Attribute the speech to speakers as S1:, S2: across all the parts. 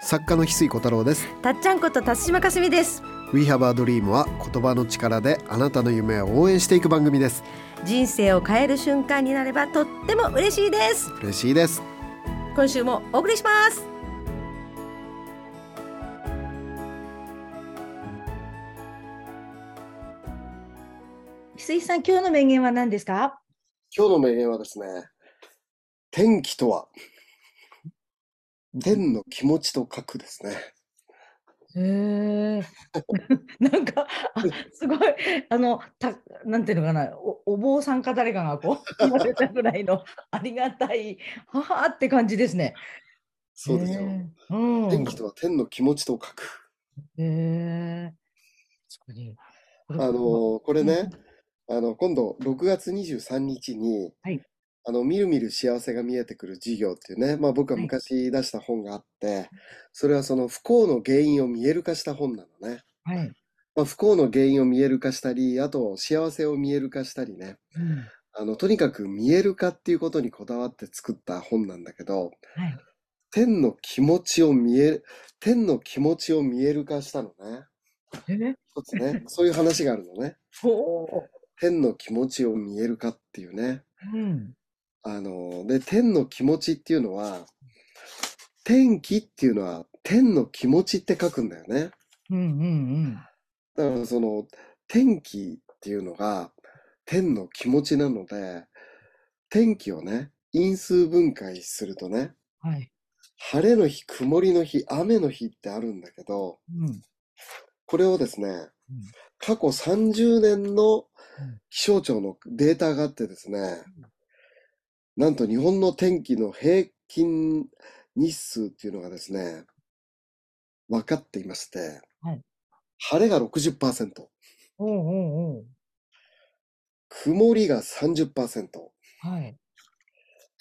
S1: 作家の翡翠小太郎です
S2: たっちゃんこと辰島かすみです
S1: We Have a Dream は言葉の力であなたの夢を応援していく番組です
S2: 人生を変える瞬間になればとっても嬉しいです
S1: 嬉しいです
S2: 今週もお送りします翡翠さん今日の名言は何ですか
S1: 今日の名言はですね天気とは天の気持ちと書くですね
S2: へえ なんかあすごいあのたなんていうのかなおお坊さんか誰かがこう 言われたぐらいのありがたいははーって感じですね。
S1: そうですよ、
S2: へえうん、
S1: 天気とは天の気持ちと書く
S2: へえ確かに
S1: あのこれね、あの今度6月23日に、
S2: はい
S1: あのみるみる幸せが見えてくる事業っていうね、まあ、僕が昔出した本があって、それはその不幸の原因を見える化した本なのね、
S2: はい。
S1: まあ、不幸の原因を見える化したりあと幸せを見える化したりね
S2: うん
S1: あのとにかく見える化っていうことにこだわって作った本なんだけど
S2: はい。
S1: 天の気持ちを見え天の気持ちを見える化したのね
S2: えー、
S1: 一つねそういう話があるのね
S2: ほ
S1: 天の気持ちを見える化っていうね
S2: う。うん。
S1: あの、で、天の気持ちっていうのは、天気っていうのは、天の気持ちって書くんだよね。
S2: うんうん
S1: だからその、天気っていうのが、天の気持ちなので、天気をね、因数分解するとね、
S2: うん。はい。
S1: 晴れの日、曇りの日、雨の日ってあるんだけど、
S2: うん。
S1: これをですね、過去30年の気象庁のデータがあってですね、なんと日本の天気の平均日数っていうのがですね、分かっていまして
S2: はい、
S1: 晴れが60%、
S2: おうおうおう。
S1: 曇りが30%、
S2: はい。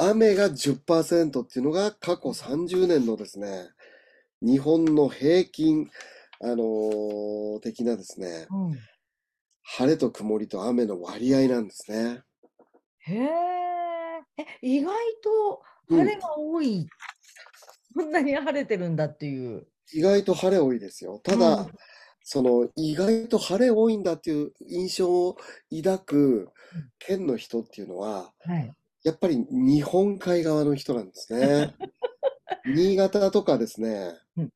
S1: 雨が10%っていうのが過去30年のですね、日本の平均、あのー的なですね、
S2: うん。
S1: 晴れと曇りと雨の割合なんですね。
S2: へえ。え、意外と
S1: うん
S2: 晴れが多い。こんなに晴れてるんだっていう。
S1: 意外と晴れ多いですよ。ただ、
S2: うん
S1: その意外と晴れ多いんだっていう印象を抱く
S2: うん
S1: 県の人っていうのは、
S2: はい。
S1: やっぱり日本海側の人なんです ね。新潟とかですね
S2: うん、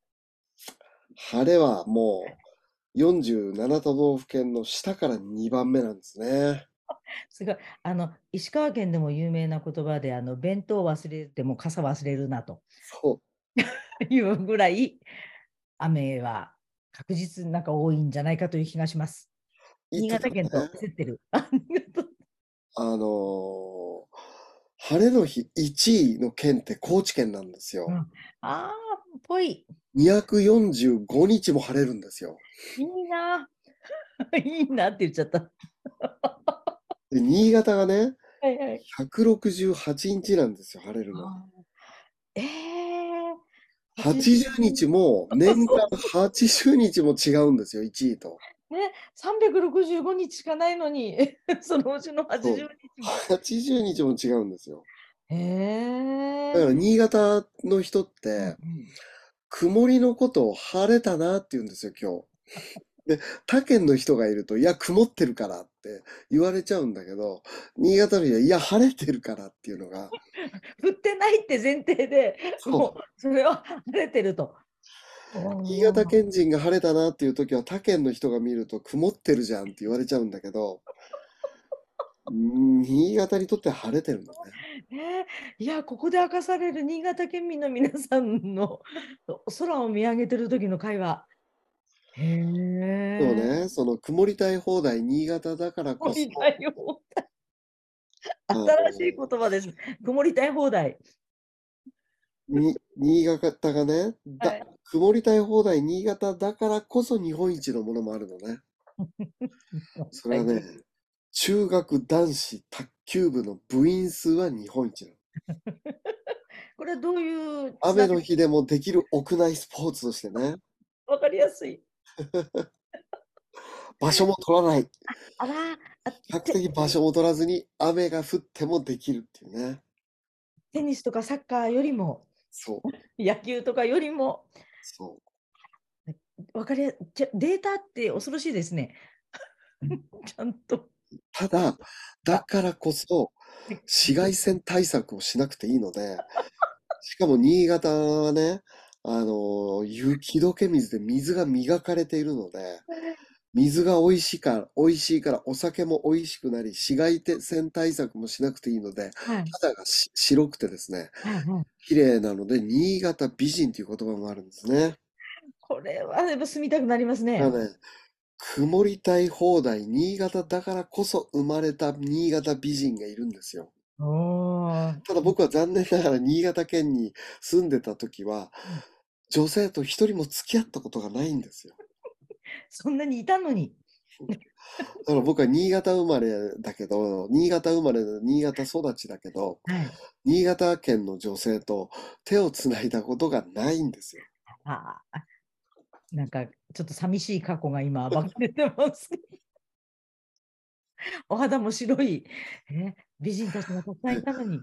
S1: 晴れはもう47都道府県の下から2番目なんですね。
S2: すごい。あの、石川県でも有名な言葉で、あの、弁当忘れても傘忘れるなと
S1: そう。
S2: いうぐらい、雨は確実になんか多いんじゃないかという気がします。新潟県と
S1: 言ってたね
S2: 競ってる。 あ新潟
S1: あのー晴れの日1位の県って高知県なんですよ。
S2: あー、ぽい。
S1: 245日も晴れるんですよ。
S2: いいな。 いいなって言っちゃった。
S1: で、新潟がね、
S2: はいはい。
S1: 168日なんですよ、晴れるの。
S2: ええー。
S1: 80日も、年間80日も違うんですよ、1位と。
S2: ね、三百六十五日しかないのに、 そのうちの八十日も。
S1: 80日も違うんですよ。
S2: へえ
S1: だから、新潟の人って、曇りのことを晴れたなって言うんですよ、今日。で、 他県の人がいると、いや、曇ってるからって言われちゃうんだけど、新潟の人は、いや、晴れてるからっていうのが、
S2: 振ってないって前提で、
S1: そう
S2: もうそれは晴れてると。
S1: 新潟県人が晴れたなっていう時は他県の人が見ると曇ってるじゃんって言われちゃうんだけど、うん新潟にとっては晴れてるんだね。
S2: ねいや、ここで明かされる新潟県民の皆さんの空を見上げてる時の会話。へえ。
S1: でもね、その曇りたい放題新潟だからこ
S2: 曇
S1: そ、
S2: りたい放題。
S1: あの
S2: 新しい言葉です。曇りたい放題。
S1: に新潟がね、だ
S2: はい
S1: 曇りたい放題新潟だからこそ日本一のものもあるのね。それはね、中学男子卓球部の部員数は日本一なの。
S2: これはどういう
S1: 雨の日でもできる屋内スポーツとしてね、
S2: わかりやすい。
S1: 場所も取らない。
S2: あら、あ
S1: 比較
S2: て
S1: 的場所も取らずに雨が降ってもできるっていうね。
S2: テニスとかサッカーよりも
S1: そう、
S2: 野球とかよりも
S1: そう。
S2: 分かりやじゃデータって恐ろしいですね。 ちゃんと。
S1: ただ、だからこそ、紫外線対策をしなくていいので、しかも新潟はね、あの、雪解け水で水が磨かれているので、水が美味しいから、美味しいからお酒も美味しくなり、紫外線対策もしなくていいので、
S2: はい
S1: 肌がし白くてですね、
S2: はいはい、
S1: 綺麗なので、新潟美人という言葉もあるんですね。
S2: これはやっぱ住みたくなります
S1: だ
S2: ね。
S1: からね、曇りたい放題、新潟だからこそ生まれた新潟美人がいるんですよ。
S2: おー
S1: ただ僕は残念ながら新潟県に住んでた時は、女性と一人も付き合ったことがないんですよ。
S2: そんなにいたのに。
S1: だから僕は新潟生まれだけど、新潟生まれで新潟育ちだけど、
S2: はい、
S1: 新潟県の女性と手をつないだことがないんですよ。
S2: ああなんかちょっと寂しい過去が今暴かれてます。 お肌も白い、え美人たちがたくさんいたのに。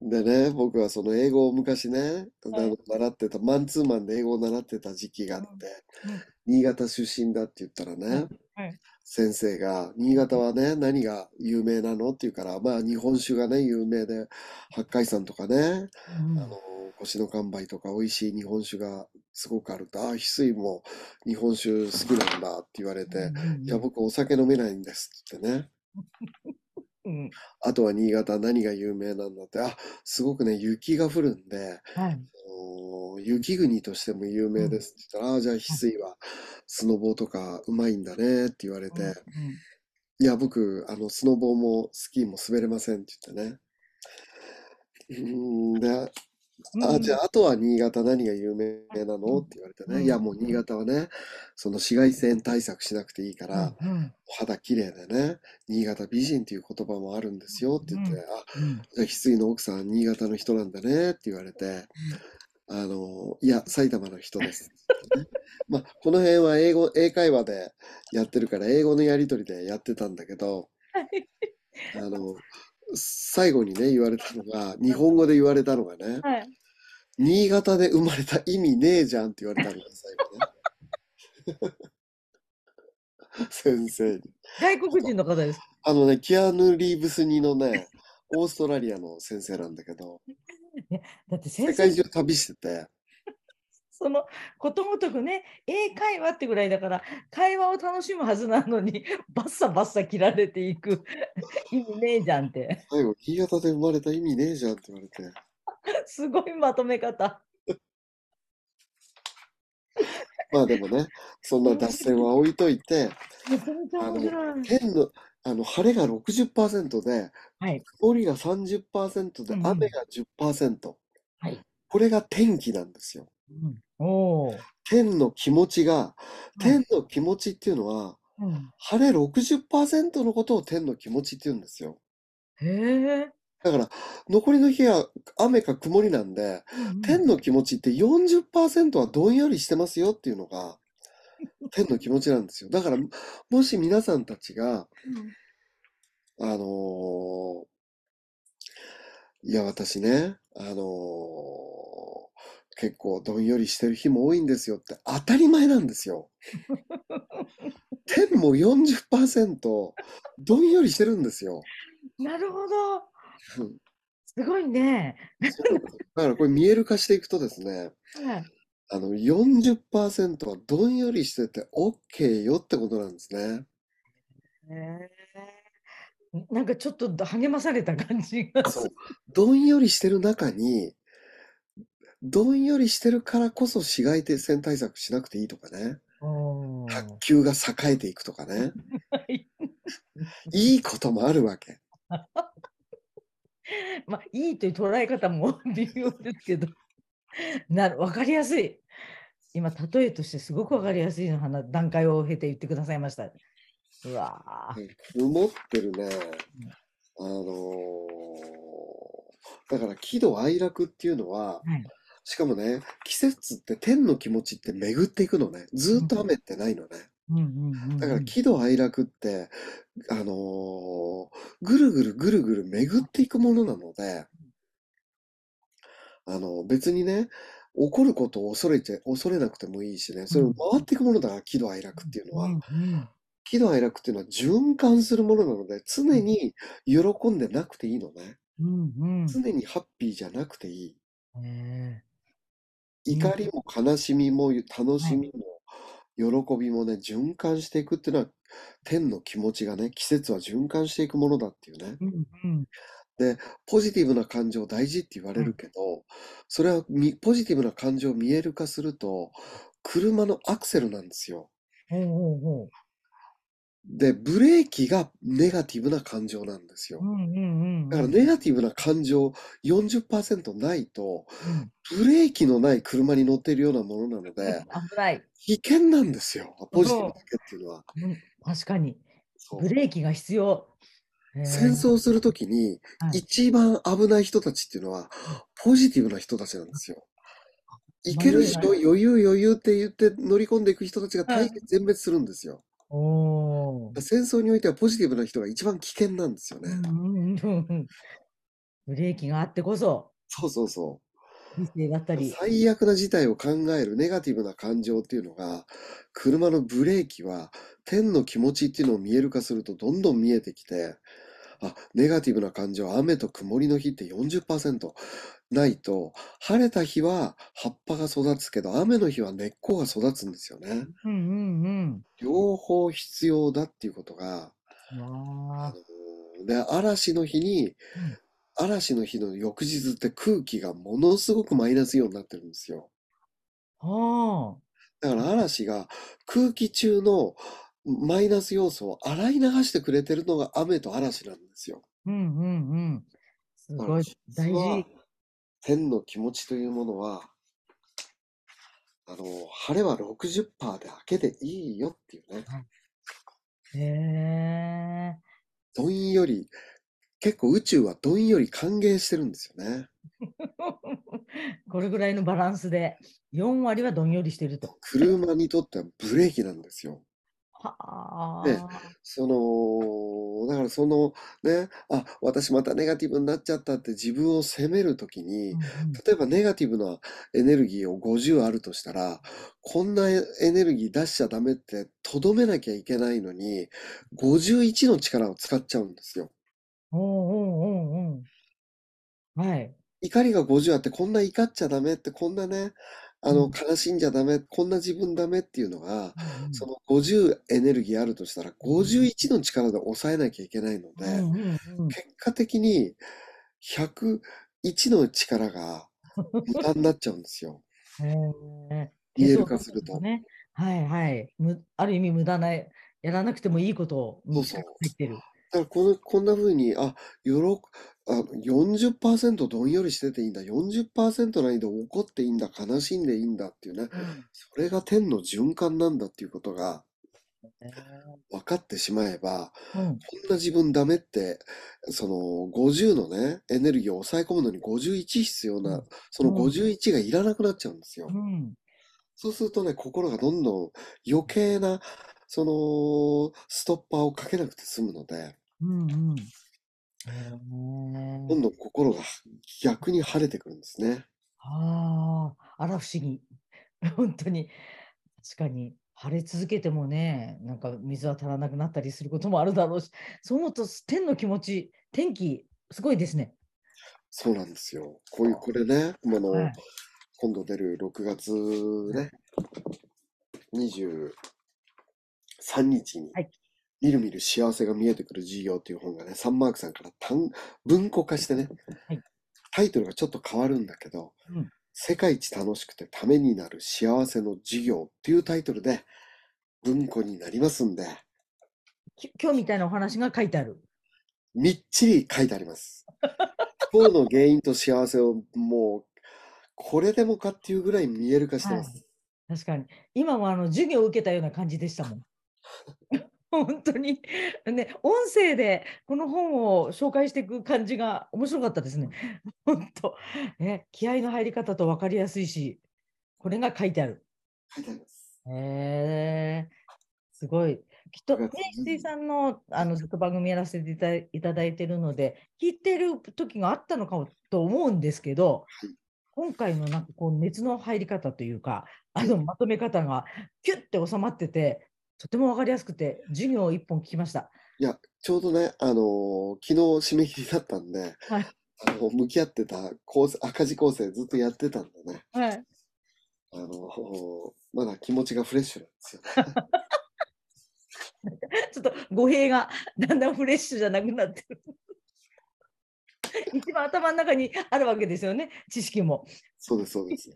S1: でね、僕はその英語を昔ね、あ
S2: はい
S1: の習ってた、マンツーマンで英語を習ってた時期があって、新潟出身だって言ったらね
S2: はい、
S1: 先生が、新潟はね、何が有名なのって言うから、まあ日本酒がね、有名で、八海山とかね、
S2: うん
S1: あの、越の乾杯とか美味しい日本酒がすごくあると、ああ、翡翠も日本酒好きなんだって言われて、いや、僕お酒飲めないんですってね。
S2: うん
S1: あとは新潟何が有名なんだって、あ、すごくね、雪が降るんで、
S2: はい
S1: お雪国としても有名ですって言ったら、ああ、じゃあ翡翠はスノボーとかうまいんだねって言われて、
S2: うん
S1: いや、僕、あの、スノボーもスキーも滑れませんって言ってね。うーん、で、あ、じゃあ、あとは新潟何が有名なのって言われて
S2: うん
S1: ね。いや、もう新潟はね、その紫外線対策しなくていいか
S2: うん
S1: ら、
S2: うん
S1: お肌綺麗でね、新潟美人っていう言葉もあるんですよって言って、
S2: うん
S1: あ、
S2: うん
S1: じゃあ翡翠の奥さんは新潟の人なんだねって言われて、あの、いや、埼玉の人です。 ねまあ、この辺は英語、英会話でやってるから、英語のやりとりでやってたんだけど、
S2: はい
S1: あの、最後にね、言われたのが、日本語で言われたのがね、
S2: はい
S1: 新潟で生まれた意味ねえじゃんって言われたのよ、 最後ね。先生に。
S2: 外国人の方です。
S1: あのね、キアヌ・リーブス似のね、オーストラリアの先生なんだけど、
S2: だって先
S1: 世
S2: 生
S1: 界中旅してて、
S2: そのことごとくね英会話ってぐらいだから会話を楽しむはずなのに バッサバッサ切られてい く意味ねえじゃんって
S1: 最後、新潟で生まれた意味ねえじゃんって言われて、
S2: すごいまとめ方。
S1: まあでもね、そんな脱線は置いといて、
S2: めちゃめちゃ面白い。
S1: 県の、あの、晴れが60%で、
S2: はい。
S1: 曇りが30%で、
S2: うんうん
S1: 雨が10%。
S2: はい
S1: これが天気なんですよ。
S2: うん、おお。
S1: 天の気持ちが、
S2: い
S1: 天の気持ちっていうのは、
S2: うん、
S1: 晴れ60%のことを天の気持ちって言うんですよ。
S2: へえ。
S1: だから、残りの日は雨か曇りなんで、天の気持ちって40%はどんよりしてますよっていうのが、天の気持ちなんですよ。だから、もし皆さんたちが、あのーいや、私ね、あのー結構どんよりしてる日も多いんですよって当たり前なんですよ。天も40%どんよりしてるんですよ。
S2: なるほ
S1: う
S2: ど。
S1: ん
S2: すごいね。
S1: だからこれ見える化していくとですね、
S2: はい
S1: あの40%はどんよりしてて OK よってことなんですね。
S2: へえ。なんかちょっと励まされた感じが
S1: そ
S2: す
S1: う
S2: る。
S1: どんよりしてる中に、どんよりしてるからこそ紫外線対策しなくていいとかね、
S2: おー
S1: 卓球が栄えていくとかね、
S2: はい
S1: いいこともあるわけ。
S2: まあいいという捉え方も 微妙ですけど、なるわかりやすい。今例えとしてすごくわかりやすいの話段階を経て言ってくださいました。うわあ。
S1: 曇ってるね。あのーだから喜怒哀楽っていうのは、
S2: はい
S1: しかもね、季節って天の気持ちって巡っていくのね。ずーっと雨ってないのね。
S2: うんうんうんうん
S1: だから喜怒哀楽って、あのーぐるぐるぐるぐる巡っていくものなので、あの、別にね、起こることを恐れちゃ恐れなくてもいいしね、それを回っていくものだから、喜怒哀楽っていうの
S2: う
S1: は。
S2: んうん
S1: 喜怒哀楽っていうのは循環するものなので、常に喜んでなくていいのね。
S2: うん
S1: 常にハッピーじゃなくていい。
S2: うん。えうん
S1: 怒りも悲しみも楽しみも喜びもね、循環していくっていうのは、天の気持ちがね、季節は循環していくものだっていうね。
S2: えうんうん
S1: ポジティブな感情大事って言われるけど、それはみポジティブな感情を見える化すると、車のアクセルなんですよ。
S2: ほうほうほ
S1: で、ブレーキがネガティブな感情なんです
S2: う。う
S1: よ。
S2: んうんうん
S1: だから
S2: うん
S1: ネガティブな感情40%ないと、
S2: うん
S1: ブレーキのない車に乗っているようなものなので、
S2: 危ない。
S1: 危険なんですよ。ポジティブだけっていうのは。
S2: うん確かに。
S1: そう
S2: ブレーキが必要。へえ
S1: 戦争するときに
S2: はい
S1: 一番危ない人たちっていうのはポジティブな人たちなんですよ。いける人、
S2: まあ
S1: 余裕余裕って言って乗り込んでいく人たちが大変全滅するんですよ。
S2: おー
S1: 戦争においてはポジティブな人が一番危険なんですよ
S2: う
S1: ね。
S2: んうんうんうんブレーキがあってこそ、
S1: そうそうそ
S2: 理性だった
S1: う。
S2: り。
S1: 最悪な事態を考えるネガティブな感情っていうのが、車のブレーキは天の気持ちっていうのを見える化するとどんどん見えてきて、あ、ネガティブな感情、雨と曇りの日って40%ないと、晴れた日は葉っぱが育つけど、雨の日は根っこが育つんですよね。
S2: うんうん
S1: 両方必要だっていうことが、
S2: うん。
S1: あ
S2: わあ。
S1: ので、嵐の日に、嵐の日の翌日って空気がものすごくマイナスイオンになってるんですよ。
S2: は
S1: だから嵐が空気中のマイナス要素を洗い流してくれてるのが雨と嵐なんですよ。
S2: あ。うんうんうん。す
S1: だか
S2: ご
S1: ら
S2: い大事。。
S1: 天の気持ちというものは、あの、晴れは60%だけでいいよっていうね。
S2: へえ。
S1: どんより、結構宇宙はどんより歓迎してるんですよね。
S2: これぐらいのバランスで、4割はどんよりしてると。
S1: 車にとってはブレーキなんですよ。
S2: はあ。
S1: ねその、だからそのね、あ、私またネガティブになっちゃったって自分を責めるときに、例えばネガティブなエネルギーを50あるとしたら、こんなエネルギー出しちゃダメってとどめなきゃいけないのに、51の力を使っちゃうんですよ。
S2: おうんうんうんうん。はい。
S1: 怒りが50あってこんな怒っちゃダメって、こんなね、あ
S2: う
S1: の、
S2: ん
S1: 悲しんじゃダメ、こんな自分ダメっていうのが、その50エネルギーあるとしたら、51の力で抑えなきゃいけないの
S2: う
S1: で、
S2: んうんうん
S1: 結果的に101の力が無駄になっちゃうんです よ。
S2: うん。へえ
S1: 見える化すると。
S2: ね。はいはい。むある意味無駄な、やらなくてもいいことを
S1: そ
S2: 入
S1: うそう
S2: ってる。
S1: だからこの、こんな風に、あ、よろ、あ、40%どんよりしてていいんだ、40%ないで怒っていいんだ、悲しんでいいんだっていうね、それが天の循環なんだっていうことが
S2: へえ
S1: 分かってしまえば、
S2: うん
S1: こんな自分ダメって、その50のね、エネルギーを抑え込むのに51必要
S2: う
S1: な、
S2: ん
S1: その
S2: うん
S1: 51がいらなくなっちゃうんですよ。
S2: うん
S1: そうするとね、心がどんどん余計な、その、ストッパーをかけなくて済むので、
S2: うんうん。へ
S1: どん
S2: え
S1: どん心が逆に晴れてくるんですね。
S2: ああ、あら不思議。 本当に。確かに。晴れ続けてもね、なんか水は足らなくなったりすることもあるだろうし、そう思うと天の気持ち、天気、すごいですね。
S1: そうなんですよ。こういう、これね、あの、
S2: はい
S1: 今度出る6月ね、23日に、
S2: はい
S1: みるみる幸せが見えてくる授業っていう本がね、サンマークさんから単文庫化してね、
S2: はい
S1: タイトルがちょっと変わるんだけど、
S2: うん
S1: 世界一楽しくてためになる幸せの授業っていうタイトルで文庫になりますんで、
S2: き今日みたいなお話が書いてある。
S1: みっちり書いてあります。不幸の原因と幸せをもう、これでもかっていうぐらい見える化してます。
S2: 確かに。今もあの授業を受けたような感じでしたもん。 本当に。ね、音声でこの本を紹介していく感じが面白かったですね。 本当。ね、気合の入り方と分かりやすいし、これが書いてある。
S1: 書いてあります。
S2: へえすごい。きっと、ね
S1: 9月、
S2: 石井さんのあのずっと番組やらせていたいただいてるので、聞いてる時があったのかもと思うんですけど、今回のなんかこう熱の入り方というか、あのまとめ方がキュッて収まってて、とても分かりやすくて、授業を1本聞きました。
S1: いや、ちょうどね、あの昨日締め切りだったんで、
S2: はい
S1: あの向き合ってた構成赤字構成ずっとやってたんでね、
S2: はい、
S1: あのまだ気持ちがフレッシュなんですよ。
S2: ちょっと語弊がだんだんフレッシュじゃなくなってる。 一番頭の中にあるわけですよね、知識も。
S1: そうです、そう です。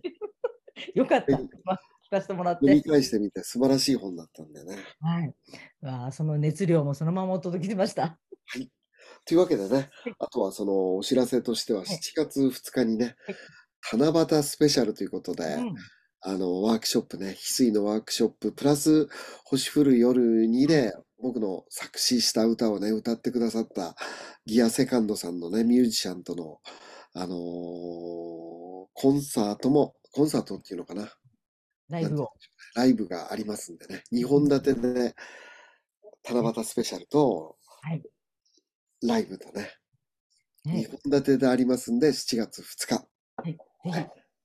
S2: よかった、
S1: はい
S2: まあ聞かせてもらっ
S1: 読み
S2: て。
S1: 返してみて素晴らしい本だったんでね。
S2: はい、わあその熱量もそのままお届けしました。
S1: というわけでね
S2: はい、
S1: あとはそのお知らせとしては7
S2: い
S1: 月2日にね
S2: はい、
S1: 七夕スペシャルということで、
S2: うん
S1: あの、ワークショップね、翡翠のワークショップ、プラス、星降る夜にで、僕の作詞した歌をね、歌ってくださった、ギアセカンドさんのね、ミュージシャンとの、あのーコンサートも、コンサートっていうのかな、
S2: ライブを。
S1: ライブがありますんでね、2本立てでね、七夕スペシャルと
S2: はい、
S1: ライブとね、
S2: ね
S1: 2本立てでありますんで、7月2日。
S2: ぜ
S1: は
S2: ひ
S1: い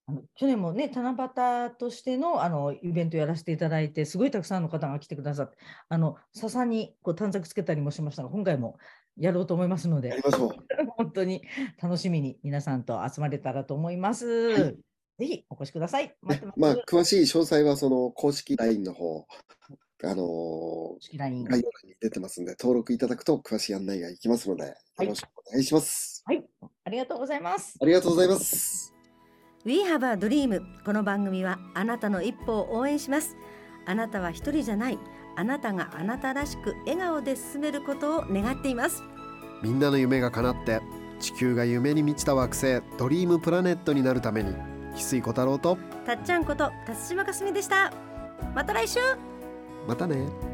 S2: あの去年もね、七夕としてのあのイベントやらせていただいて、すごいたくさんの方が来てくださって、あの笹にこう短冊つけたりもしましたが、今回もやろうと思いますの
S1: や
S2: で
S1: り、ましょう。
S2: 本当に楽しみに皆さんと集まれたらと思います。
S1: い
S2: ぜひお越しください。待っ
S1: ね
S2: てます。
S1: まあ、詳しい詳細は、その、公式 LINE の方、あのー
S2: 公式 LINE
S1: 概要欄に出てますんで、登録いただくと詳しい案内がいきますので、よ
S2: い
S1: ろしくお願いします。
S2: はい、ありがとうございます。
S1: ありがとうございます。
S3: We have a dream この番組はあなたの一歩を応援しますあなたは一人じゃないあなたがあなたらしく笑顔で進めることを願っています
S4: みんなの夢が叶って地球が夢に満ちた惑星ドリームプラネットになるために翡翠小太郎と
S3: たっちゃんこと辰島かすみでしたまた来週
S4: またね
S1: ま